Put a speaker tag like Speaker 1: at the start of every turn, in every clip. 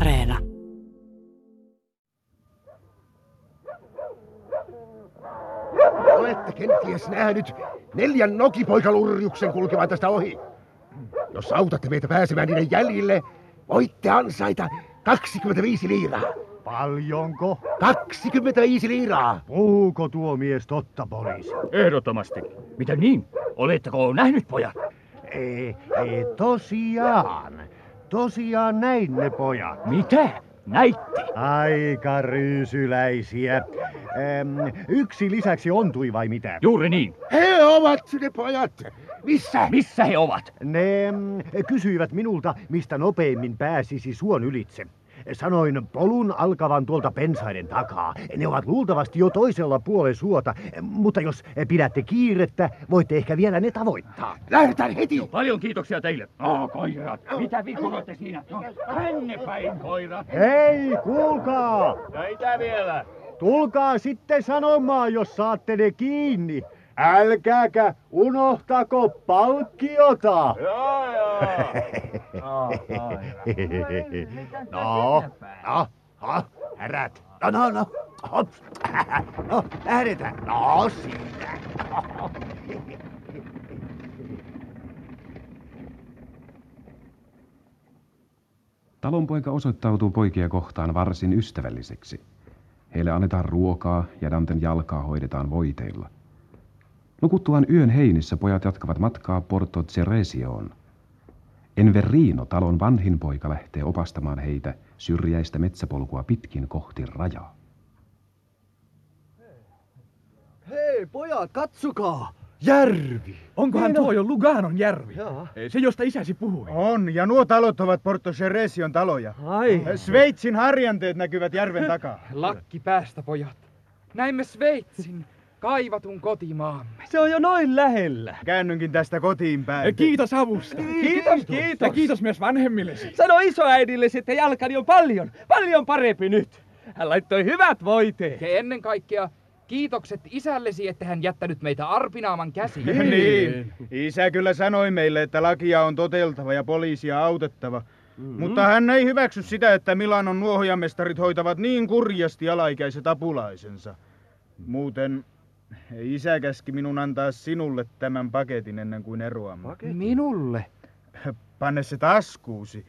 Speaker 1: Areena.
Speaker 2: Olette kenties nähnyt neljän nokipoikalurjuksen kulkevan tästä ohi. Jos autatte meitä pääsemään niiden jäljille, voitte ansaita 25 liiraa.
Speaker 3: Paljonko?
Speaker 2: 25 liiraa!
Speaker 3: Puhuuko tuo mies totta, poliisi?
Speaker 4: Ehdottomasti. Miten niin? Oletteko nähnyt, pojat?
Speaker 3: Ei, ei, tosiaan. Tosiaan näin ne pojat.
Speaker 4: Mitä? Näitti.
Speaker 3: Aika ryysyläisiä. Ähm, yksi lisäksi ontui vai mitä?
Speaker 4: Juuri niin.
Speaker 2: He ovat ne pojat! Missä?
Speaker 4: Missä he ovat?
Speaker 3: Ne mm, kysyivät minulta, mistä nopeimmin pääsisi suon ylitse. Sanoin polun alkavan tuolta pensaiden takaa. Ne ovat luultavasti jo toisella puolen suota, mutta jos pidätte kiirettä, voitte ehkä vielä ne tavoittaa.
Speaker 2: Lähdetään heti!
Speaker 4: Paljon kiitoksia teille. No, koirat. Mitä vikuloitte siinä? No, tänne päin, koirat.
Speaker 3: Hei, kuulkaa!
Speaker 4: Näitä vielä.
Speaker 3: Tulkaa sitten sanomaan, jos saatte ne kiinni. Älkääkä unohtako palkkiota!
Speaker 4: Joo, joo.
Speaker 3: No, no, no, herät. No, no, no. Hops. No, lähdetään. No, siinä.
Speaker 5: Talonpoika osoittautuu poikia kohtaan varsin ystävälliseksi. Heille annetaan ruokaa ja Danten jalkaa hoidetaan voiteilla. Nukuttuaan yön heinissä pojat jatkavat matkaa Porto Ceresioon. Enverino, talon vanhin poika, lähtee opastamaan heitä syrjäistä metsäpolkua pitkin kohti rajaa.
Speaker 3: Hei, pojat, katsokaa! Järvi!
Speaker 6: Niin
Speaker 7: Onkohan tuo jo Luganon järvi?
Speaker 3: Jaa.
Speaker 7: Se, josta isäsi puhui.
Speaker 6: On, ja nuo talot ovat Porto Ceresion taloja.
Speaker 8: Ai,
Speaker 6: Sveitsin harjanteet näkyvät järven takaa.
Speaker 9: Lakki päästä, pojat. Näimme Sveitsin, kaivatun kotimaamme.
Speaker 8: se on jo noin lähellä.
Speaker 6: Käännynkin tästä kotiin päin.
Speaker 7: Kiitos avusta.
Speaker 9: Niin,
Speaker 8: Kiitos,
Speaker 7: Ja
Speaker 8: kiitos.
Speaker 7: kiitos myös vanhemmillesi.
Speaker 8: Sano isoäidillesi, että jalkani on paljon, paljon parempi nyt. Hän laittoi hyvät voiteet.
Speaker 9: Ja ennen kaikkea kiitokset isällesi, että hän jättänyt meitä arpinaaman käsiin.
Speaker 6: Niin. Isä kyllä sanoi meille, että lakia on toteltava ja poliisia autettava. Mutta hän ei hyväksy sitä, että Milanon nuohojamestarit hoitavat niin kurjasti alaikäiset apulaisensa. Muuten isä käski minun antaa sinulle tämän paketin ennen kuin eroamme.
Speaker 9: Minulle.
Speaker 6: Panne se taskuusi.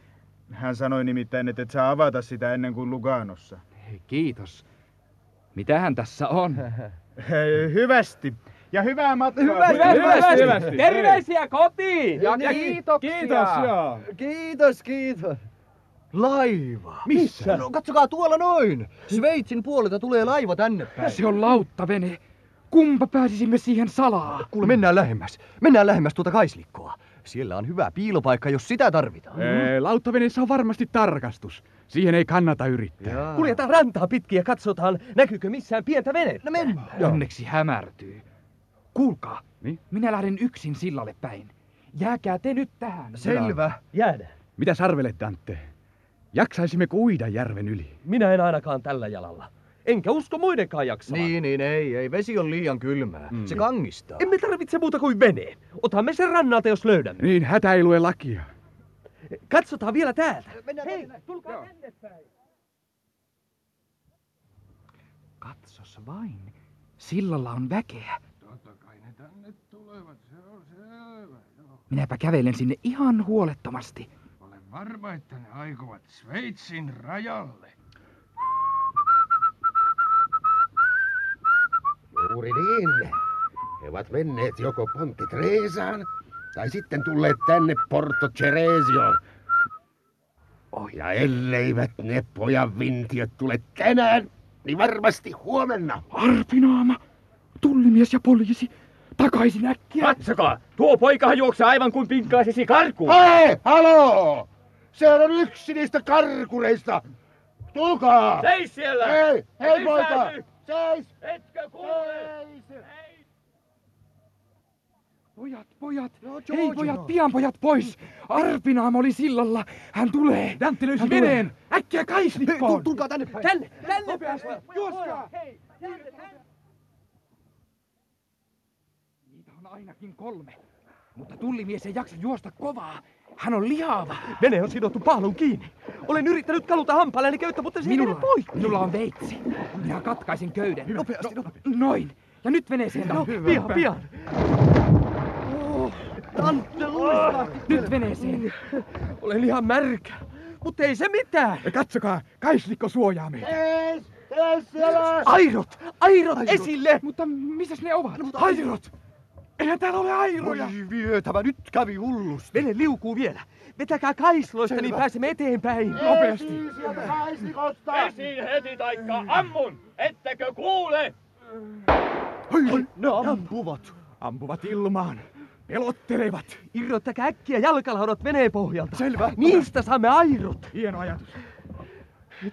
Speaker 6: Hän sanoi nimittäin, että et saa avata sitä ennen kuin Luganossa.
Speaker 9: Kiitos. Mitähän tässä on?
Speaker 6: Hei, Hyvästi. Ja hyvää matkaa.
Speaker 8: Hyvästi, hyvästi, hyvästi. Terveisiä kotiin! Niin.
Speaker 9: Ja kiitoksia.
Speaker 6: joo.
Speaker 3: Kiitos, kiitos. Laiva.
Speaker 6: Missä?
Speaker 3: No katsokaa tuolla noin. Sveitsin puolelta tulee laiva tänne päin.
Speaker 9: Se on lauttavene. Kumpa pääsisimme siihen salaa?
Speaker 3: Kuule, mennään lähemmäs. Mennään lähemmäs tuota kaislikkoa. Siellä on hyvä piilopaikka, jos sitä tarvitaan.
Speaker 7: Ee, Lauttaveneessä on varmasti tarkastus. Siihen ei kannata yrittää.
Speaker 8: Kuljetaan rantaa pitkin ja katsotaan, näkyykö missään pientä venettä. No mennään.
Speaker 9: Onneksi hämärtyy. Kuulkaa, niin? minä lähden yksin sillalle päin. Jääkää te nyt tähän.
Speaker 3: Selvä.
Speaker 8: Jäädään.
Speaker 7: Mitä sarvelet, Dante? Jaksaisimme uida järven yli.
Speaker 8: Minä en ainakaan tällä jalalla. Enkä usko muidenkaan jaksavan.
Speaker 3: Niin, niin, ei, ei. Vesi on liian kylmää. Mm. Se kangistaa.
Speaker 8: Emme tarvitse muuta kuin veneen. Otamme sen rannalta, jos löydämme.
Speaker 7: Niin hätä ei lue lakia.
Speaker 8: Katsotaan vielä täältä. Hei, tulkaa tänne.
Speaker 9: Katsos vain. Sillalla on väkeä. Minäpä kävelen sinne ihan huolettomasti.
Speaker 10: Olen varma, että ne aikovat Sveitsin rajalle.
Speaker 2: Juuri niin. He ovat menneet joko Ponte Treesaan tai sitten tulleet tänne Porto Ceresioon. Oh, ja elleivät ne pojan vintiöt tule tänään, niin varmasti huomenna.
Speaker 9: Arpinaama! Tullimies ja poliisi! Takaisin äkkiä!
Speaker 4: Katsokaa! Tuo poikahan juoksee Ah, aivan kuin pinkaisisi karkuun.
Speaker 2: Hei, haloo! Siellä on yksi niistä karkureista. Tulkaa!
Speaker 4: Seis siellä!
Speaker 2: Hei, hei
Speaker 4: Lisää
Speaker 2: poika!
Speaker 4: nyt!
Speaker 2: Seis!
Speaker 4: Etkö kuule?
Speaker 2: Seis!
Speaker 9: Pojat, pojat!
Speaker 8: No,
Speaker 9: Hei pojat, pian pojat pois! Arpinaama oli sillalla! Hän tulee! Dante löysi veneen! Äkkiä kaisnikkoon!
Speaker 3: Tulkaa tänne päin.
Speaker 8: Tänne, tänne.
Speaker 9: Juoskaa! Hei! Niitä on ainakin kolme. Mutta tullimies ei jaksa juosta kovaa. Hän on lihava.
Speaker 8: Vene on sidottu pahlun kiinni. Olen yrittänyt kaluta hampaalleni köyttä, mutta se ei mene
Speaker 9: Minulla,
Speaker 8: poikki.
Speaker 9: minulla on veitsi. Minä katkaisin köyden. Nopeasti, Noin. Ja nyt veneeseen.
Speaker 8: No, pian, pian. Oh, Dante luiskahti.
Speaker 9: Nyt veneeseen.
Speaker 8: Olen ihan märkä, mutta ei se mitään.
Speaker 9: Katsokaa, kaislikko suojaa meitä.
Speaker 8: Airot, airot, esille!
Speaker 9: Mutta missäs ne ovat? Airot! Eihän täällä ole airoja.
Speaker 3: Vietävä, nyt kävi hullusti.
Speaker 8: Vene liukuu vielä. Vetäkää kaisloista, niin pääsemme eteenpäin.
Speaker 9: Nopeasti.
Speaker 4: Esiin heti taikka ammun! Ettekö kuule?
Speaker 3: Ne ampuvat.
Speaker 9: Ampuvat ilmaan. Pelottelevat.
Speaker 8: Irrottakaa äkkiä jalkalaudat veneen pohjalta.
Speaker 9: Selvä.
Speaker 8: Niistä saamme airot.
Speaker 9: Hieno ajatus.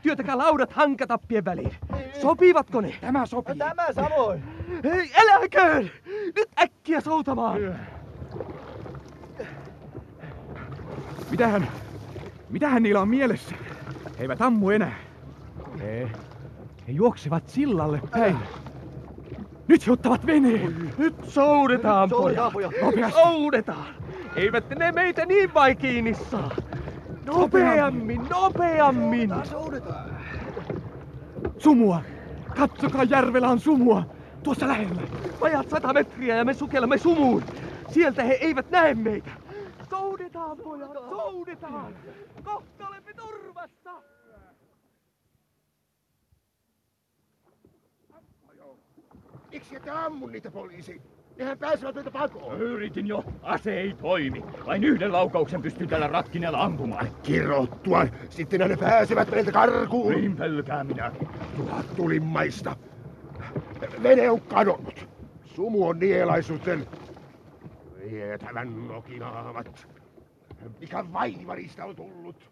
Speaker 8: Työtäkää laudat hankatappien väliin. Sopivatko ne?
Speaker 9: Tämä sopii.
Speaker 8: No, Tämä samoin. Hei, eläköön! Nyt äkkiä soutamaan.
Speaker 9: Mitähän, mitähän niillä on mielessä? He eivät ammu enää. He, he juoksevat sillalle päin. Nyt he ottavat veneen.
Speaker 8: Nyt soudetaan, pojat.
Speaker 9: Nopeasti.
Speaker 8: Soudetaan. Eivät ne meitä niin vai kiinni saa. Nopeammin, nopeammin.
Speaker 9: Sumua. Katsokaa, järvellä on sumua. Tuossa lähellä.
Speaker 8: Vajat sata metriä ja me sukelemme sumuun. Sieltä he eivät näe meitä. Soudetaan, pojat, soudetaan. Kohta olemme turvassa.
Speaker 2: Miksi ette ammu niitä poliisi? Nehän pääsevät meitä pakoon.
Speaker 4: Yritin jo. Ase ei toimi. Vain yhden laukauksen pystyn tällä ratkineella ampumaan.
Speaker 2: Kirottua. Sitten ne pääsevät meiltä karkuun.
Speaker 4: Niin pelkää minäkin.
Speaker 2: Tuhat tulimmaista. Vene on kadonnut. Sumu on nielaisuuteen. Vietävän nokinaavat. Mikä vaiva niistä on tullut?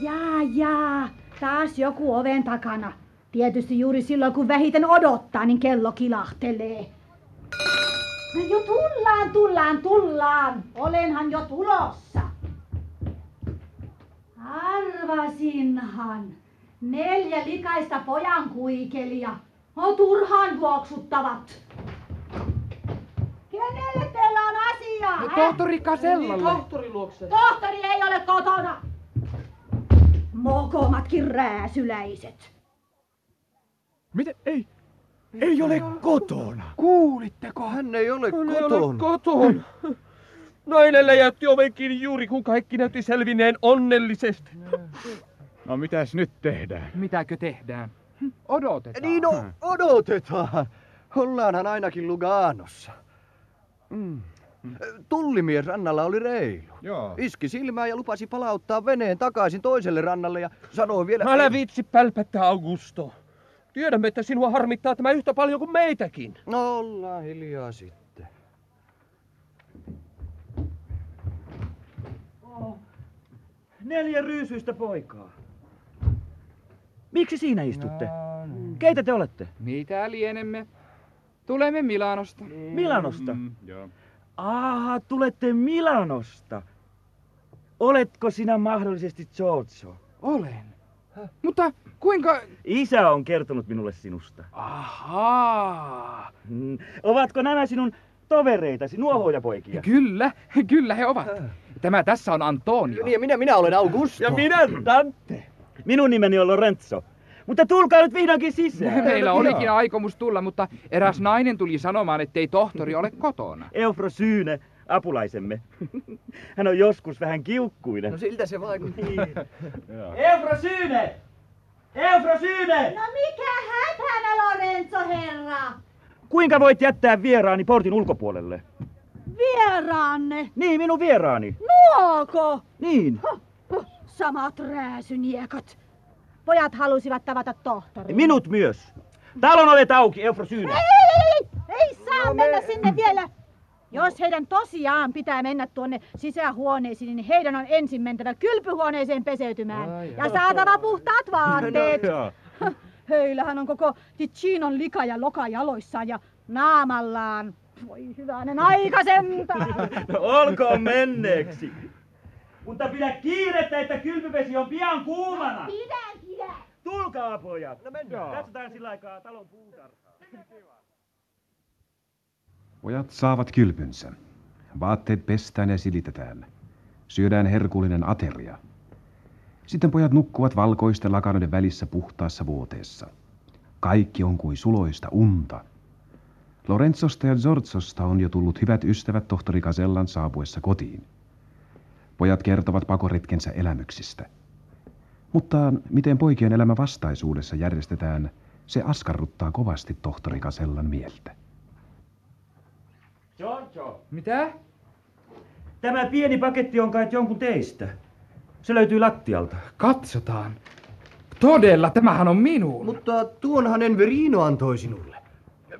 Speaker 1: Jaa, jaa. Taas joku oven takana. Tietysti juuri silloin, kun vähiten odottaa, niin kello kilahtelee. No jo tullaan, tullaan, tullaan. Olenhan jo tulossa. Arvasinhan. Neljä likaista pojan kuikelia. On turhaan juoksuttavat. Kenelle teillä on asiaa? Niin,
Speaker 9: No,
Speaker 1: hä?
Speaker 9: tohtori Kasellalle.
Speaker 8: Niin,
Speaker 1: Tohtori ei ole kotona. Mokomatkin rääsyläiset.
Speaker 9: Miten? Ei. Ei ole kotona.
Speaker 8: Kuulitteko? Hän ei ole Hän kotona. Ei ole kotona. Nainen läjäytti oven kiinni juuri kun kaikki näytti selvinneen onnellisesti.
Speaker 6: No mitäs nyt tehdään?
Speaker 9: Mitäkö tehdään? Hm, Odotetaan.
Speaker 11: Niin no, odotetaan. Ollaanhan ainakin Luganossa. Tullimies rannalla oli reilu.
Speaker 6: Joo.
Speaker 11: Iski silmää ja lupasi palauttaa veneen takaisin toiselle rannalle ja sanoi vielä...
Speaker 8: Älä viitsi pälpättää, Augusto. Tiedämme, että sinua harmittaa tämä yhtä paljon kuin meitäkin.
Speaker 11: No ollaan hiljaa sitten.
Speaker 12: Neljä ryysyistä poikaa. Miksi siinä istutte? Keitä te olette?
Speaker 4: Mitä lienemme? Tulemme Milanosta.
Speaker 12: Niin. Mm, Milanosta.
Speaker 11: mm,
Speaker 6: Joo.
Speaker 12: Aha, tulette Milanosta. Oletko sinä mahdollisesti Giorgio?
Speaker 9: Olen. Mutta kuinka...
Speaker 12: Isä on kertonut minulle sinusta.
Speaker 9: Ahaa.
Speaker 12: Mm, Ovatko nämä sinun tovereitasi, nuohoojapoikia?
Speaker 9: Kyllä, kyllä he ovat. Tämä tässä on Antonio.
Speaker 11: Niin ja minä, minä olen Augusto.
Speaker 12: Ja minä Dante. Minun nimeni on Lorenzo. Mutta tulkaa nyt vihdoinkin sisään.
Speaker 9: Meillä olikin aikomus tulla, mutta eräs nainen tuli sanomaan, ettei tohtori ole kotona.
Speaker 12: Eufrosyyne, apulaisemme. Hän on joskus vähän kiukkuinen.
Speaker 11: No siltä se vaikuttaa.
Speaker 12: Eufrosyyne! Eufrosyyne!
Speaker 1: No mikä hätänä, Lorenzo herra?
Speaker 12: Kuinka voit jättää vieraani portin ulkopuolelle?
Speaker 1: Vieraanne.
Speaker 12: Niin, minun vieraani.
Speaker 1: Nuoko?
Speaker 12: Niin.
Speaker 1: Huh, Samat rääsyniekat. Pojat halusivat tavata tohtori.
Speaker 12: Minut myös. Talon ovet auki, Eufrosyyne.
Speaker 1: Ei, ei, ei, ei saa
Speaker 11: No
Speaker 1: mennä sinne vielä. Jos heidän tosiaan pitää mennä tuonne sisähuoneisiin, niin heidän on ensin mentävä kylpyhuoneeseen peseytymään
Speaker 13: Ai,
Speaker 1: ja
Speaker 13: ai.
Speaker 1: saatava puhtaat vaatteet.
Speaker 13: No, joo.
Speaker 1: Höyllähän on koko Ticcinon lika ja loka jaloissaan ja naamallaan. Voi hyvänen aika sentään.
Speaker 12: No olkoon menneeksi. Mutta pidä kiirettä, että kylpyvesi on pian kuumana.
Speaker 13: Pidän, pidän.
Speaker 12: Tulkaa pojat.
Speaker 13: No mennään.
Speaker 12: Katsotaan sillä aikaa talon puutarhaa.
Speaker 5: Pojat saavat kylpynsä. Vaatteet pestään ja silitetään. Syödään herkullinen ateria. Sitten pojat nukkuvat valkoisten lakanoiden välissä puhtaassa vuoteessa. Kaikki on kuin suloista unta. Lorenzosta ja Giorzosta on jo tullut hyvät ystävät tohtori Kasellan saapuessa kotiin. Pojat kertovat pakoretkensä elämyksistä. Mutta miten poikien elämä vastaisuudessa järjestetään, se askarruttaa kovasti tohtori Kasellan mieltä.
Speaker 12: Giorgio.
Speaker 14: Mitä?
Speaker 12: Tämä pieni paketti on kai jonkun teistä. Se löytyy lattialta.
Speaker 14: Katsotaan. Todella, tämähän on minun.
Speaker 11: Mutta tuonhan Enverino antoi sinulle.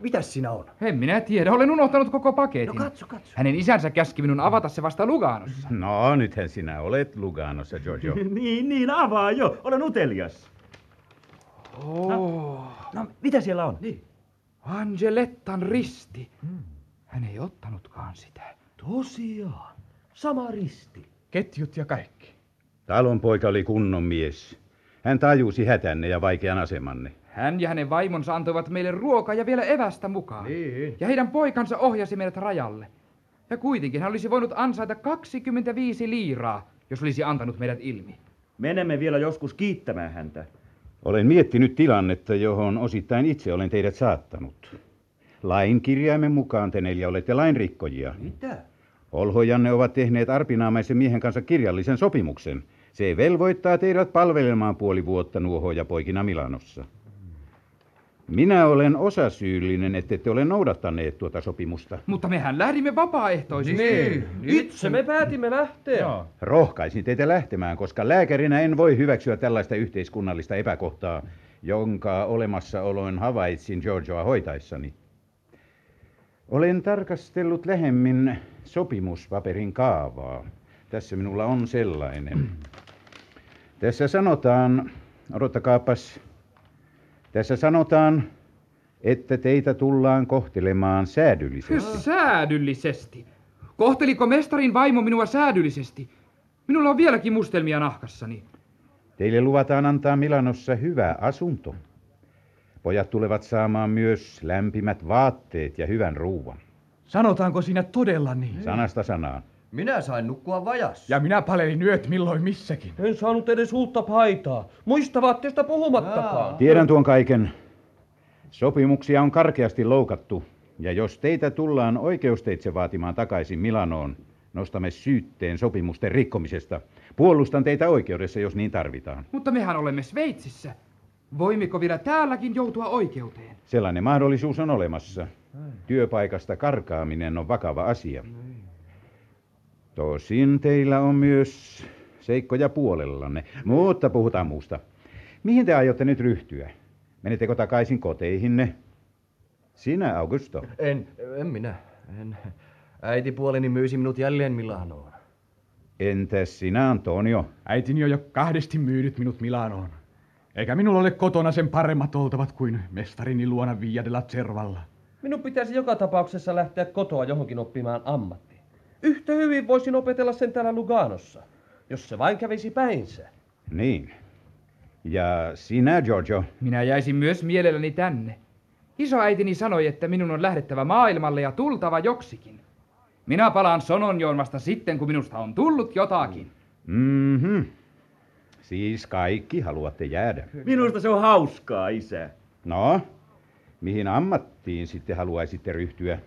Speaker 11: Mitäs sinä on?
Speaker 14: En minä tiedä, olen unohtanut koko paketin.
Speaker 11: No katso, katso.
Speaker 14: Hänen isänsä käski minun avata se vasta Luganossa.
Speaker 15: No, nythän sinä olet Luganossa, Giorgio.
Speaker 12: niin, niin, avaa jo. Olen utelias.
Speaker 14: Oh.
Speaker 12: No, mitä siellä on? Niin.
Speaker 14: Angelettan risti.
Speaker 11: Hmm.
Speaker 14: Hän ei ottanutkaan sitä.
Speaker 11: Tosiaan. Sama risti.
Speaker 14: Ketjut ja kaikki.
Speaker 15: Talonpoika oli kunnon mies. Hän tajusi hätänne ja vaikean asemanne.
Speaker 14: Hän ja hänen vaimonsa antoivat meille ruokaa ja vielä evästä mukaan. Niin. Ja heidän poikansa ohjasi meidät rajalle. Ja kuitenkin hän olisi voinut ansaita 25 liiraa, jos olisi antanut meidät ilmi.
Speaker 12: Menemme vielä joskus kiittämään häntä.
Speaker 15: Olen miettinyt tilannetta, johon osittain itse olen teidät saattanut. Lain kirjaimen mukaan te neljä olette lainrikkojia.
Speaker 11: Mitä?
Speaker 15: Olhojanne ovat tehneet arpinaamaisen miehen kanssa kirjallisen sopimuksen. Se velvoittaa teidät palvelemaan puoli vuotta nuohoja poikina Milanossa. Minä olen osasyyllinen, ettette ole noudattaneet tuota sopimusta.
Speaker 14: Mutta mehän lähdimme vapaaehtoisesti.
Speaker 15: Niin.
Speaker 12: Itse me päätimme lähteä. Joo.
Speaker 15: Rohkaisin teitä lähtemään, koska lääkärinä en voi hyväksyä tällaista yhteiskunnallista epäkohtaa, jonka olemassaoloin havaitsin Giorgioa hoitaessani. Olen tarkastellut lähemmin sopimuspaperin kaavaa. Tässä minulla on sellainen. Tässä sanotaan, odottakaapas, tässä sanotaan, että teitä tullaan kohtelemaan säädyllisesti.
Speaker 14: Säädyllisesti. Kohteliko mestarin vaimo minua säädyllisesti? Minulla on vieläkin mustelmia nahkassani.
Speaker 15: Teille luvataan antaa Milanossa hyvä asunto. Pojat tulevat saamaan myös lämpimät vaatteet ja hyvän ruuan.
Speaker 9: Sanotaanko siinä todella niin?
Speaker 15: Sanasta sanaan.
Speaker 11: Minä sain nukkua vajas.
Speaker 9: Ja minä palelin yöt milloin missäkin.
Speaker 12: En saanut edes uutta paitaa. Muista vaatteista puhumattakaan.
Speaker 15: Tiedän tuon kaiken. Sopimuksia on karkeasti loukattu. Ja jos teitä tullaan oikeusteitse vaatimaan takaisin Milanoon, nostamme syytteen sopimusten rikkomisesta. Puolustan teitä oikeudessa, jos niin tarvitaan.
Speaker 14: Mutta mehän olemme Sveitsissä. Voimmeko vielä täälläkin joutua oikeuteen?
Speaker 15: Sellainen mahdollisuus on olemassa. Työpaikasta karkaaminen on vakava asia. Tosin teillä on myös seikkoja puolellanne, mutta puhutaan muusta. Mihin te aiotte nyt ryhtyä? Menettekö takaisin koteihinne? Sinä, Augusto.
Speaker 11: En, en minä. En. Äitipuoleni myysi minut jälleen Milanoon.
Speaker 15: Entäs sinä, Antonio?
Speaker 9: Äitini on jo kahdesti myynyt minut Milanoon. Eikä minulla ole kotona sen paremmat oltavat kuin mestarini luona Via della Cervalla.
Speaker 16: Minun pitäisi joka tapauksessa lähteä kotoa johonkin oppimaan ammatti. Yhtä hyvin voisin opetella sen täällä Luganossa, jos se vain kävisi päinsä.
Speaker 15: Niin. Ja sinä, Giorgio?
Speaker 14: Minä jäisin myös mielelläni tänne. Isoäitini sanoi, että minun on lähdettävä maailmalle ja tultava joksikin. Minä palaan Sononjoon vasta sitten, kun minusta on tullut jotakin.
Speaker 15: Mhm. Siis kaikki haluatte jäädä.
Speaker 12: Minusta se on hauskaa, isä.
Speaker 15: No, mihin ammattiin sitten haluaisitte ryhtyä?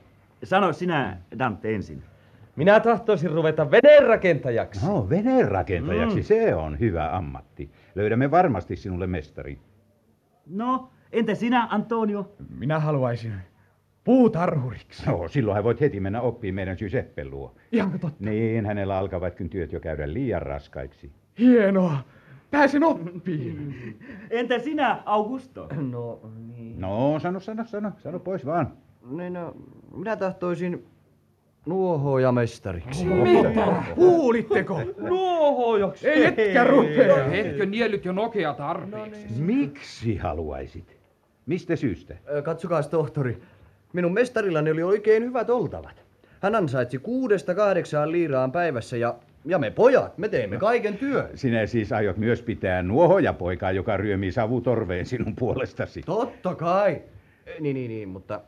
Speaker 12: Sano sinä, Dante, ensin.
Speaker 16: Minä tahtoisin ruveta veneenrakentajaksi.
Speaker 15: No, veneenrakentajaksi,
Speaker 16: Mm.
Speaker 15: mm. se on hyvä ammatti. Löydämme varmasti sinulle mestari.
Speaker 9: No, entä sinä, Antonio? Minä haluaisin puutarhuriksi.
Speaker 15: No, silloinhan voit heti mennä oppiin meidän Giuseppen luo.
Speaker 9: Ihanko totta?
Speaker 15: Niin, hänellä alkavatkin työt jo käydä liian raskaiksi.
Speaker 9: Hienoa. Pääsen oppiin.
Speaker 12: Entä sinä, Augusto?
Speaker 16: No,
Speaker 15: No, sano, sano, sano, sano pois vaan.
Speaker 11: Niin no, minä tahtoisin nuohoja mestariksi.
Speaker 8: Mitä?
Speaker 14: Kuulitteko?
Speaker 16: Nuohojaksi.
Speaker 14: Ei etkä rupea.
Speaker 15: Ei.
Speaker 14: Hetkö nielut jo nokea tarpeeksi?
Speaker 15: niin. Miksi haluaisit? Mistä syystä?
Speaker 11: Katsokaa, tohtori. Minun mestarillani oli oikein hyvät oltavat. Hän ansaitsi kuudesta kahdeksaan liiraan päivässä ja, ja me pojat, me
Speaker 15: No.
Speaker 11: teimme kaiken työn.
Speaker 15: Sinä siis aiot myös pitää nuohoja poikaa, joka ryömii savutorveen sinun puolestasi.
Speaker 11: Totta kai. Eh, Niin, niin, niin, mutta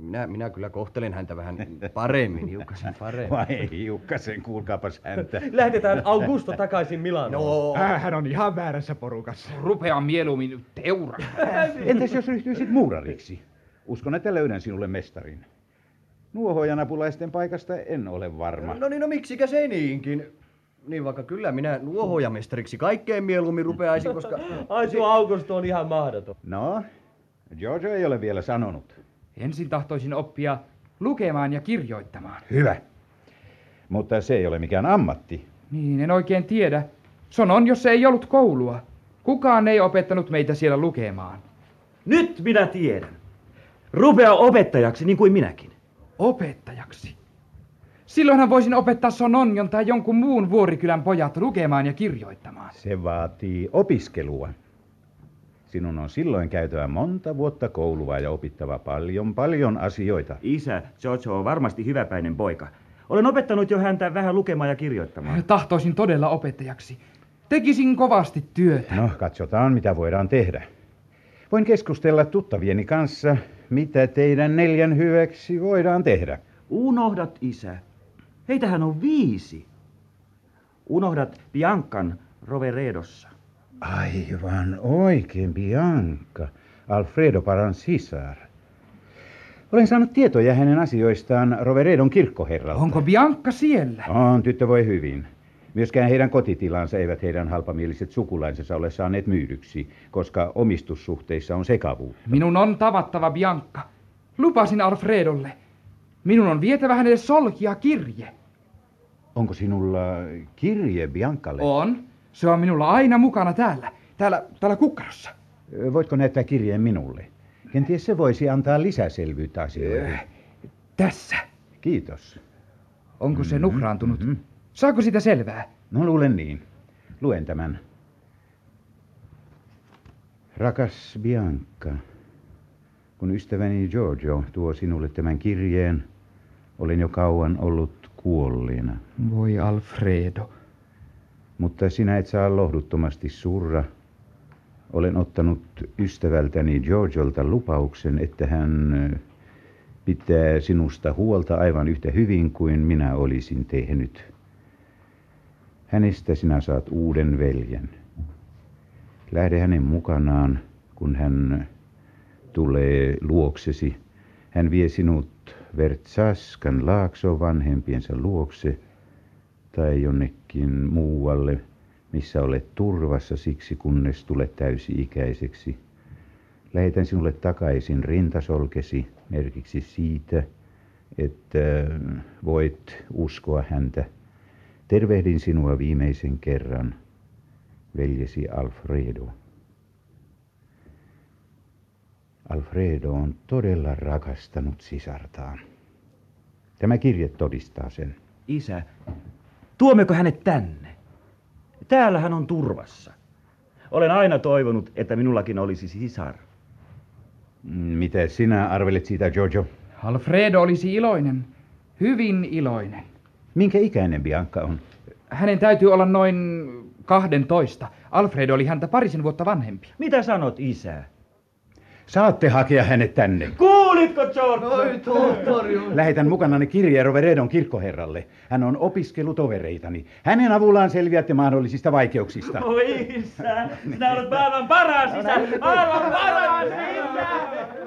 Speaker 11: minä, minä kyllä kohtelen häntä vähän paremmin, hiukkasen paremmin.
Speaker 15: Vai hiukkasen, kuulkaapas häntä.
Speaker 16: Lähdetään Augusto takaisin Milanoon.
Speaker 15: Äh,
Speaker 9: hän on ihan väärässä porukassa.
Speaker 14: Rupea mieluummin teura.
Speaker 15: Entäs jos ryhtyisit muurariksi? Uskon, että löydän sinulle mestarin. Nuohojan apulaisten paikasta en ole varma.
Speaker 11: No niin, no miksikäs ei niinkin. Niin vaikka kyllä minä nuohojamestariksi kaikkein mieluummin rupeaisin, koska...
Speaker 16: Ai tuo Augusto on ihan mahdoton.
Speaker 15: No, Giorgio ei ole vielä sanonut.
Speaker 14: Ensin tahtoisin oppia lukemaan ja kirjoittamaan.
Speaker 15: Hyvä. Mutta se ei ole mikään ammatti.
Speaker 14: Niin, en oikein tiedä. Sanon, jos ei ollut koulua. Kukaan ei opettanut meitä siellä lukemaan.
Speaker 12: Nyt minä tiedän. Rupea opettajaksi niin kuin minäkin.
Speaker 14: Opettajaksi? Silloinhan voisin opettaa Sononjon tai jonkun muun vuorikylän pojat lukemaan ja kirjoittamaan.
Speaker 15: Se vaatii opiskelua. Sinun on silloin käytävä monta vuotta koulua ja opittava paljon, paljon asioita.
Speaker 12: Isä, Jojo on varmasti hyväpäinen poika. Olen opettanut jo häntä vähän lukemaan ja kirjoittamaan.
Speaker 14: Tahtoisin todella opettajaksi. Tekisin kovasti työtä.
Speaker 15: No, katsotaan mitä voidaan tehdä. Voin keskustella tuttavieni kanssa, mitä teidän neljän hyväksi voidaan tehdä.
Speaker 12: Unohdat, isä. Heitähän on viisi. Unohdat Biancan Roveredossa.
Speaker 15: Aivan oikein, Bianca. Alfredo Paran sisar. Olen saanut tietoja hänen asioistaan Roveredon kirkkoherralta.
Speaker 14: Onko Bianca siellä?
Speaker 15: On, tyttö voi hyvin. Myöskään heidän kotitilansa eivät heidän halpamieliset sukulaisensa ole saaneet myydyksi, koska omistussuhteissa on sekavuutta.
Speaker 14: Minun on tavattava Bianca. Lupasin Alfredolle. Minun on vietävä hänelle solkia kirje.
Speaker 15: Onko sinulla kirje Biancalle?
Speaker 14: On. Se on minulla aina mukana täällä. Täällä, täällä kukkarossa.
Speaker 15: Ö, Voitko näyttää kirjeen minulle? Kenties se voisi antaa lisäselvyyttä asioihin.
Speaker 14: Äh, Tässä.
Speaker 15: Kiitos. Mm-hmm.
Speaker 14: Onko se nuhraantunut? Saako sitä selvää?
Speaker 15: No luulen niin. Luen tämän. Rakas Bianca, kun ystäväni Giorgio tuo sinulle tämän kirjeen, olen jo kauan ollut kuolleena.
Speaker 14: Voi Alfredo.
Speaker 15: Mutta sinä et saa lohduttomasti surra. Olen ottanut ystävältäni Giorgiolta lupauksen, että hän ö, pitää sinusta huolta aivan yhtä hyvin kuin minä olisin tehnyt. Hänestä sinä saat uuden veljen. Lähde hänen mukanaan, kun hän tulee luoksesi. Hän vie sinut Vertsaskan laakso vanhempiensa luokse tai jonnekin muualle, missä olet turvassa siksi, kunnes tulet täysi-ikäiseksi. Lähetän sinulle takaisin rintasolkesi merkiksi siitä, että voit uskoa häntä. Tervehdin sinua viimeisen kerran, veljesi Alfredo. Alfredo on todella rakastanut sisartaan. Tämä kirje todistaa sen.
Speaker 12: Isä, tuommeko hänet tänne? Täällä hän on turvassa. Olen aina toivonut, että minullakin olisi sisar.
Speaker 15: Mitä sinä arvelet siitä, Giorgio?
Speaker 14: Alfredo olisi iloinen. Hyvin iloinen.
Speaker 15: Minkä ikäinen Bianca on?
Speaker 14: Hänen täytyy olla noin 12. Alfredo oli häntä parisen vuotta vanhempi.
Speaker 12: Mitä sanot, isä?
Speaker 15: Saatte hakea hänet tänne.
Speaker 12: Kuulitko, Giorgio?
Speaker 11: Oi, tohtori.
Speaker 15: Lähetän mukanani kirjeen Roveredon kirkkoherralle. Hän on opiskelutovereitani. Hänen avullaan selviätte mahdollisista vaikeuksista.
Speaker 12: Oi isä, sinä olet maailman paras
Speaker 4: No
Speaker 12: isä, maailman paras isä!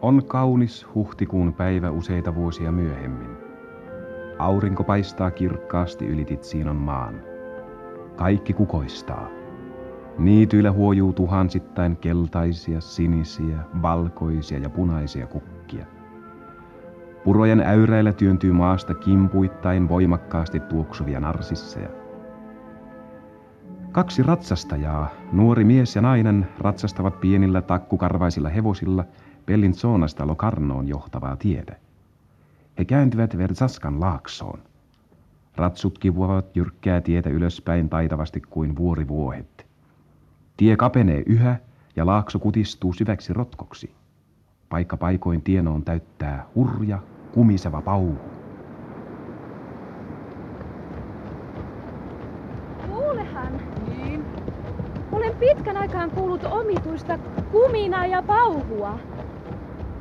Speaker 5: On kaunis huhtikuun päivä useita vuosia myöhemmin. Aurinko paistaa kirkkaasti yli Titsiinon maan. Kaikki kukoistaa. Niityillä huojuu tuhansittain keltaisia, sinisiä, valkoisia ja punaisia kukkia. Purojen äyräillä työntyy maasta kimpuittain voimakkaasti tuoksuvia narsisseja. Kaksi ratsastajaa, nuori mies ja nainen, ratsastavat pienillä takkukarvaisilla hevosilla Pellin Zoonasta Lokarnoon johtavaa tietä. He kääntyvät Versaskan laaksoon. Ratsut kivuavat jyrkkää tietä ylöspäin taitavasti kuin vuorivuohet. Tie kapenee yhä ja laakso kutistuu syväksi rotkoksi. Paikka paikoin tienoon täyttää hurja, kumiseva pauhu.
Speaker 13: Kuulehan. Niin? Olen pitkän aikaan kuullut omituista kuminaa ja pauhua.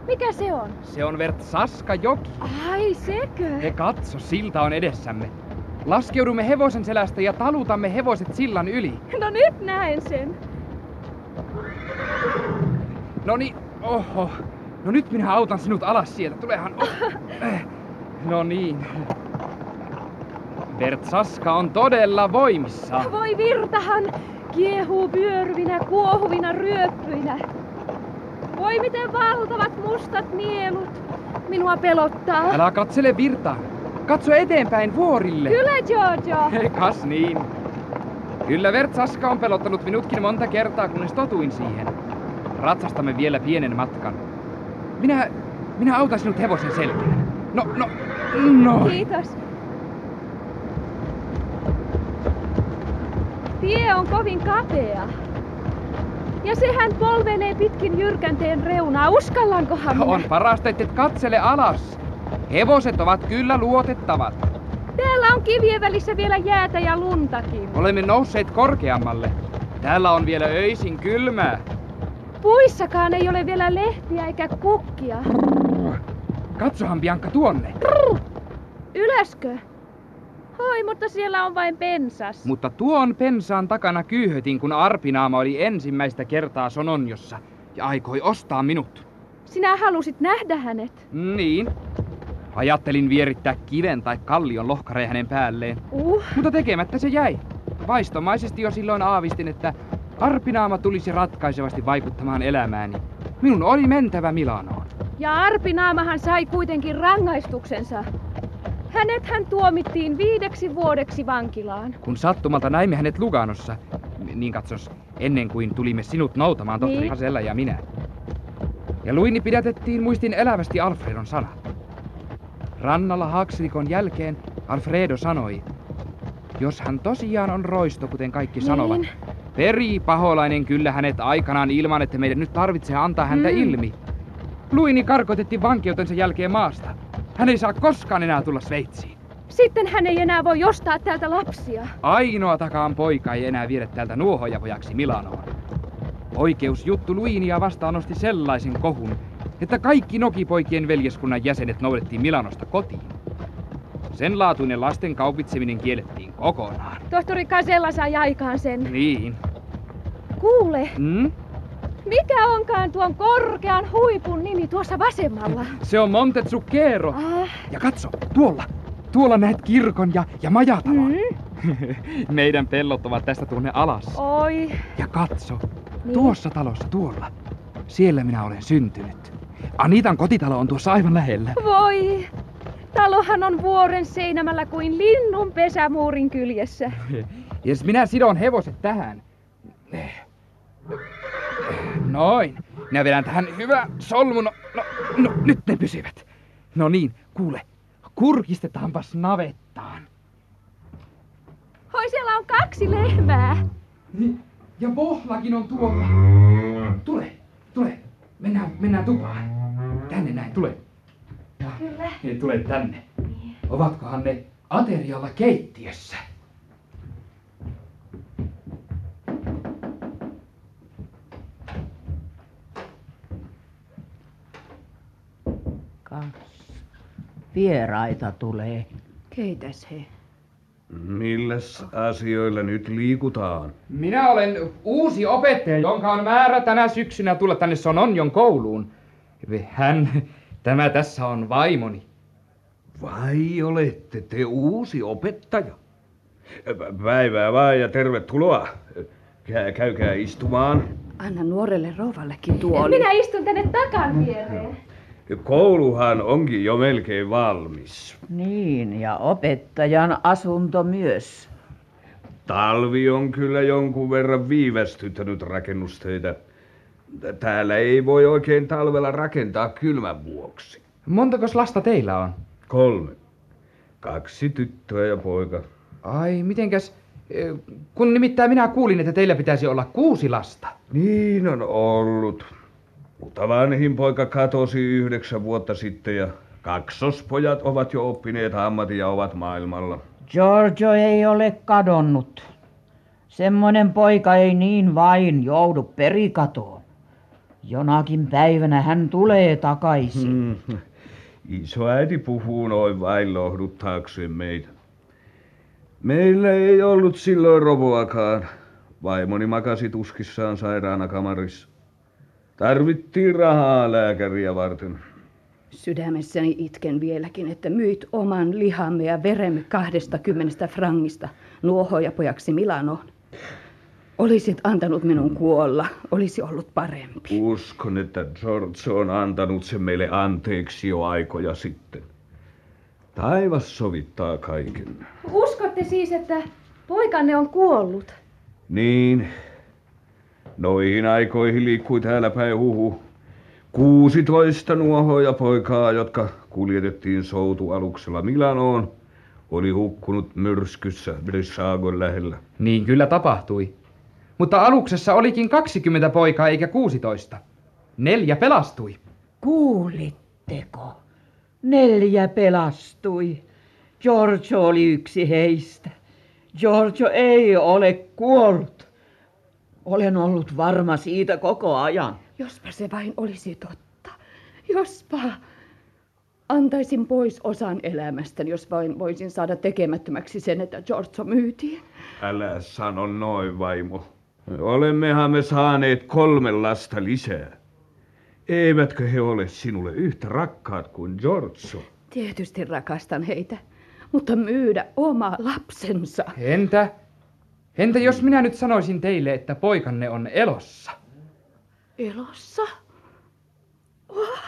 Speaker 13: Mikä se on?
Speaker 14: Se on Vertsaska joki.
Speaker 13: Ai sekö?
Speaker 14: He katso, silta on edessämme. Laskeudumme hevosen selästä ja talutamme hevoset sillan yli.
Speaker 13: No nyt näen sen.
Speaker 14: No niin, oho. No nyt minä autan sinut alas sieltä. Tulehan. Oh. Eh, No niin. Vertsaska on todella voimissa.
Speaker 13: Voi virtahan kiehuu vyöryvinä, kuohuvina ryöppyinä. Voi miten valtavat mustat nielut. Minua pelottaa.
Speaker 14: Älä katsele virtaa. Katso eteenpäin vuorille.
Speaker 13: Kyllä, Giorgio.
Speaker 14: Ei, Kas niin. Kyllä Vertsaska on pelottanut minutkin monta kertaa, kunnes totuin siihen. Ratsastamme vielä pienen matkan. Minä, minä autan sinut hevosen selkään. No, no, no.
Speaker 13: Kiitos. Tie on kovin kapea. Ja sehän polvenee pitkin jyrkänteen reunaa. Uskallankohan minä?
Speaker 14: On parasta, että et katsele alas. Hevoset ovat kyllä luotettavat.
Speaker 13: Täällä on kivien välissä vielä jäätä ja luntakin.
Speaker 14: Olemme nousseet korkeammalle. Täällä on vielä öisin kylmää.
Speaker 13: Puissakaan ei ole vielä lehtiä eikä kukkia.
Speaker 14: Katsohan Bianca tuonne.
Speaker 13: Ylöskö? Oi, mutta siellä on vain pensas.
Speaker 14: Mutta tuon pensaan takana kyyhötin, kun Arpinaama oli ensimmäistä kertaa Sononjossa ja aikoi ostaa minut.
Speaker 13: Sinä halusit nähdä hänet.
Speaker 14: Niin. Ajattelin vierittää kiven tai kallion lohkareen hänen päälleen.
Speaker 13: Uh,
Speaker 14: Mutta tekemättä se jäi. Vaistomaisesti jo silloin aavistin, että Arpinaama tulisi ratkaisevasti vaikuttamaan elämääni. Minun oli mentävä Milanoon.
Speaker 13: ja Arpinaamahan sai kuitenkin rangaistuksensa. Hänet hän tuomittiin viideksi vuodeksi vankilaan.
Speaker 14: Kun sattumalta näimme hänet Luganossa, niin katsos, ennen kuin tulimme sinut noutamaan tohtori
Speaker 13: Niin.
Speaker 14: Hasella ja minä. Ja luini pidätettiin muistin elävästi Alfredon sanat. Rannalla haaksirikon jälkeen Alfredo sanoi, jos hän tosiaan on roisto, kuten kaikki
Speaker 13: Niin.
Speaker 14: sanovat, perii paholainen kyllä hänet aikanaan ilman, että meidän nyt tarvitsee antaa häntä
Speaker 13: Mm.
Speaker 14: ilmi. Luini karkotettiin vankeutensa jälkeen maasta. Hän ei saa koskaan enää tulla Sveitsiin.
Speaker 13: Sitten hän ei enää voi ostaa täältä lapsia.
Speaker 14: Ainoatakaan poika ei enää viedä täältä nuohojapojaksi Milanoon. Oikeusjuttu Luinia vastaan nosti sellaisen kohun, että kaikki Nokipoikien veljeskunnan jäsenet noudettiin Milanosta kotiin. Sen laatuinen lasten kaupitseminen kiellettiin kokonaan.
Speaker 13: Tohtori Kasella sai aikaan sen.
Speaker 14: Niin.
Speaker 13: Kuule,
Speaker 14: Mm?
Speaker 13: mikä onkaan tuon korkean huipun nimi tuossa vasemmalla?
Speaker 14: Se on Montezukero.
Speaker 13: Ah,
Speaker 14: Ja katso, tuolla. Tuolla näet kirkon ja, ja majatalon. Mm. Meidän pellot ovat tästä tuonne alas.
Speaker 13: oi.
Speaker 14: Ja katso, tuossa talossa tuolla. Siellä minä olen syntynyt. Anitan kotitalo on tuossa aivan lähellä.
Speaker 13: Voi. Talohan on vuoren seinämällä kuin linnun pesämuurin kyljessä.
Speaker 14: Jos minä sidon hevoset tähän. Noin. Minä vedän tähän hyvä solmu. No, no, no nyt ne pysyvät. No niin, kuule. Kurkistetaanpas navettaan.
Speaker 13: Hoi, siellä on kaksi lehmää.
Speaker 14: Ja pohlakin on tuolla. Tule, tule. Mennään, mennään tupaan. Tänne näin, tule.
Speaker 13: Kyllä.
Speaker 14: Ne tule tänne. Ovatkohan ne aterialla keittiössä?
Speaker 17: Kas. Vieraita tulee.
Speaker 18: Keitäs he?
Speaker 19: Milläs asioilla nyt liikutaan?
Speaker 14: Minä olen uusi opettaja, jonka on määrä tänä syksynä tulla tänne Sononjon kouluun. Hän, tämä tässä on vaimoni.
Speaker 19: Vai olette te uusi opettaja? Pä- Päivää vaan ja tervetuloa. Kä- Käykää istumaan.
Speaker 18: Anna nuorelle rouvallekin tuoli.
Speaker 13: Minä istun tänne takan viereen.
Speaker 19: Kouluhan onkin jo melkein valmis.
Speaker 17: Niin, ja opettajan asunto myös.
Speaker 19: Talvi on kyllä jonkun verran viivästyttänyt rakennustöitä. Täällä ei voi oikein talvella rakentaa kylmän vuoksi.
Speaker 14: Montakos lasta teillä on?
Speaker 19: Kolme. Kaksi tyttöä ja poika.
Speaker 14: Ai, mitenkäs... eh, Kun nimittäin minä kuulin, että teillä pitäisi olla kuusi lasta.
Speaker 19: Niin on ollut. Mutta vanhin poika katosi yhdeksän vuotta sitten ja kaksospojat ovat jo oppineet ammatin ja ovat maailmalla.
Speaker 17: Giorgio ei ole kadonnut. Semmoinen poika ei niin vain joudu perikatoon. Jonakin päivänä hän tulee takaisin.
Speaker 19: Hmm. Isoäiti puhuu noin vain lohduttaakseen meitä. Meillä ei ollut silloin rovoakaan. Vaimoni makasi tuskissaan sairaana kamarissa. Tarvittiin rahaa lääkäriä varten.
Speaker 18: Sydämessäni itken vieläkin, että myit oman lihamme ja veremme 20 frangista nuohojapojaksi Milanoon. Olisit antanut minun kuolla, olisi ollut parempi.
Speaker 19: Uskon, että George on antanut sen meille anteeksi jo aikoja sitten. Taivas sovittaa kaiken.
Speaker 13: Uskotte siis, että poikanne on kuollut?
Speaker 19: Niin. Noihin aikoihin liikkui täällä päin huhu. 16 nuohoja poikaa, jotka kuljetettiin soutualuksella Milanoon, oli hukkunut myrskyssä Brissagon lähellä.
Speaker 14: Niin kyllä tapahtui. Mutta aluksessa olikin 20 poikaa eikä 16. Neljä pelastui.
Speaker 17: Kuulitteko? Neljä pelastui. Giorgio oli yksi heistä. Giorgio ei ole kuollut. Olen ollut varma siitä koko ajan.
Speaker 18: Jospa se vain olisi totta. Jospa. Antaisin pois osan elämästäni, jos vain voisin saada tekemättömäksi sen, että Giorgio myytiin.
Speaker 19: Älä sano noin, vaimo. Olemmehan me saaneet kolme lasta lisää. Eivätkö he ole sinulle yhtä rakkaat kuin Giorgio?
Speaker 18: Tietysti rakastan heitä, mutta myydä oma lapsensa.
Speaker 14: Entä? Entä jos minä nyt sanoisin teille, että poikanne on elossa?
Speaker 18: Elossa? Oh,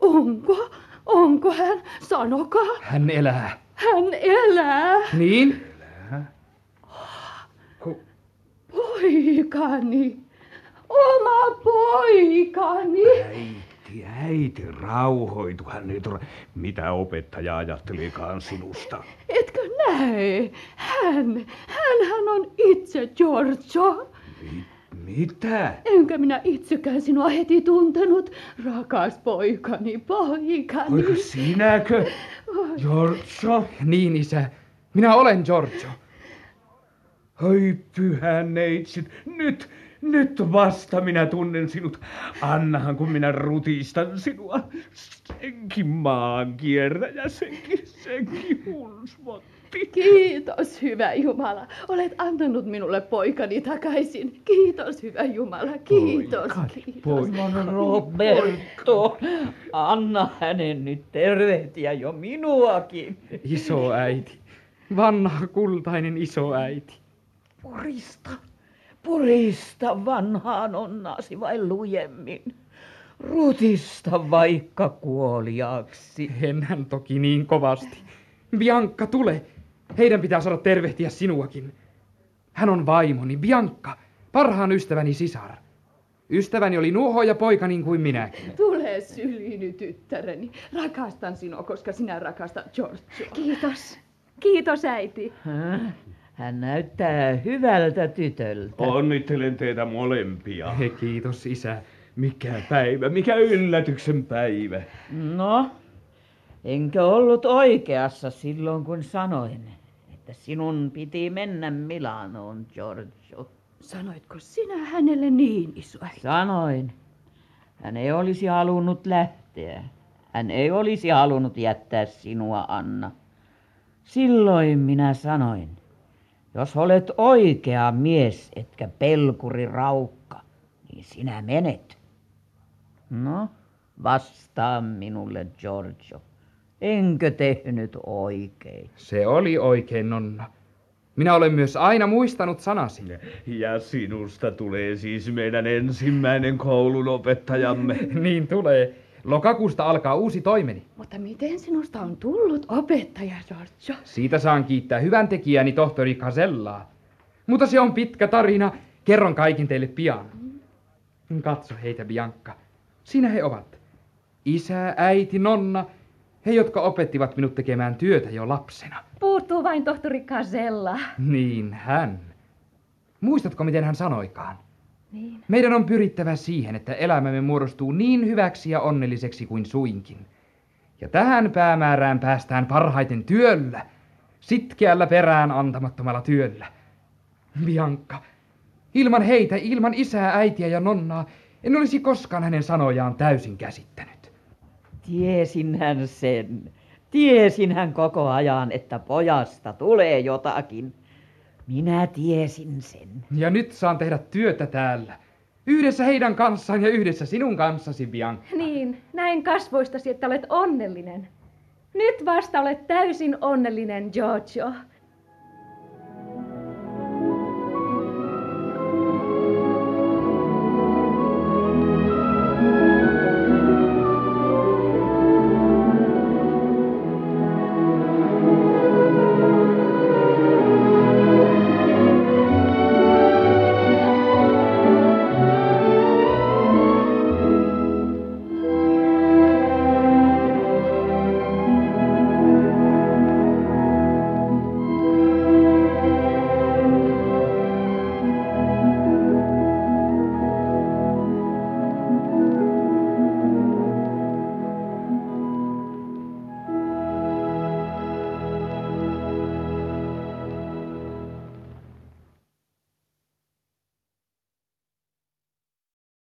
Speaker 18: Onko? Onko hän? Sanokaa.
Speaker 14: Hän elää.
Speaker 18: Hän elää.
Speaker 14: Niin?
Speaker 18: Poikani. Oma poikani.
Speaker 19: Äiti, äiti, rauhoituhan nyt. ra- Mitä opettaja ajattelikaan sinusta?
Speaker 18: Etkö näe? Hän, hänhän on itse Giorgio.
Speaker 19: Mitä?
Speaker 18: Enkä minä itsekään sinua heti tuntenut. Rakas poikani, poikani.
Speaker 19: Oliko sinäkö? Giorgio?
Speaker 14: Niin, isä. Minä olen Giorgio.
Speaker 19: Oi pyhän neitsit, nyt, nyt vasta minä tunnen sinut. Annahan kun minä rutistan sinua. Senkin maan kierräjä, senkin, senkin hulsmotti.
Speaker 18: Kiitos, hyvä Jumala. Olet antanut minulle poikani takaisin. Kiitos, hyvä Jumala. Kiitos.
Speaker 17: Poikani. Roberto, anna hänen nyt tervehtiä jo minuakin.
Speaker 14: Iso äiti. Vanha kultainen iso äiti.
Speaker 17: Purista, purista vanhaan onnaasi vain lujemmin. Rutista vaikka kuoliaksi.
Speaker 14: Enhän toki niin kovasti. Bianca, tule. Heidän pitää saada tervehtiä sinuakin. Hän on vaimoni, Bianca, parhaan ystäväni sisar. Ystäväni oli nuohoja poika niin kuin minäkin.
Speaker 18: Tule syliini, tyttäreni. Rakastan sinua, koska sinä rakastat Giorgio. Kiitos.
Speaker 13: Kiitos äiti.
Speaker 17: Häh? Hän näyttää hyvältä tytöltä.
Speaker 19: Onnittelen teitä molempia.
Speaker 14: He, kiitos isä.
Speaker 19: Mikä päivä, mikä yllätyksen päivä.
Speaker 17: No, enkö ollut oikeassa silloin kun sanoin, että sinun piti mennä Milanoon, Giorgio.
Speaker 18: Sanoitko sinä hänelle niin, isoäiti?
Speaker 17: Sanoin. Hän ei olisi halunnut lähteä. Hän ei olisi halunnut jättää sinua, Anna. Silloin minä sanoin, jos olet oikea mies, etkä pelkuri raukka, niin sinä menet. No, Vastaa minulle, Giorgio. Enkö tehnyt oikein?
Speaker 14: Se oli oikein, Nonna. Minä olen myös aina muistanut sanasi.
Speaker 19: Ja sinusta tulee siis meidän ensimmäinen koulun opettajamme.
Speaker 14: niin tulee. Lokakuusta alkaa uusi toimeni.
Speaker 18: Mutta miten sinusta on tullut opettaja, Giorgio?
Speaker 14: Siitä saan kiittää hyvän tekijäni tohtori Casellaa. Mutta se on pitkä tarina. Kerron kaikin teille pian. Katso heitä, Bianca. Siinä he ovat. Isä, äiti, nonna. He, jotka opettivat minut tekemään työtä jo lapsena.
Speaker 13: Puuttuu vain tohtori Kasella.
Speaker 14: Niin hän. Muistatko, miten hän sanoikaan?
Speaker 13: Niin.
Speaker 14: Meidän on pyrittävä siihen, että elämämme muodostuu niin hyväksi ja onnelliseksi kuin suinkin. Ja tähän päämäärään päästään parhaiten työllä, sitkeällä perään antamattomalla työllä. Bianca, ilman heitä, ilman isää, äitiä ja nonnaa, en olisi koskaan hänen sanojaan täysin käsittänyt.
Speaker 17: Tiesin hän sen. Tiesin hän koko ajan, että pojasta tulee jotakin. Minä tiesin sen.
Speaker 14: Ja nyt saan tehdä työtä täällä. Yhdessä heidän kanssaan ja yhdessä sinun kanssasi, Bianca.
Speaker 13: Niin, näin kasvoistasi, että olet onnellinen. Nyt vasta olet täysin onnellinen, Giorgio.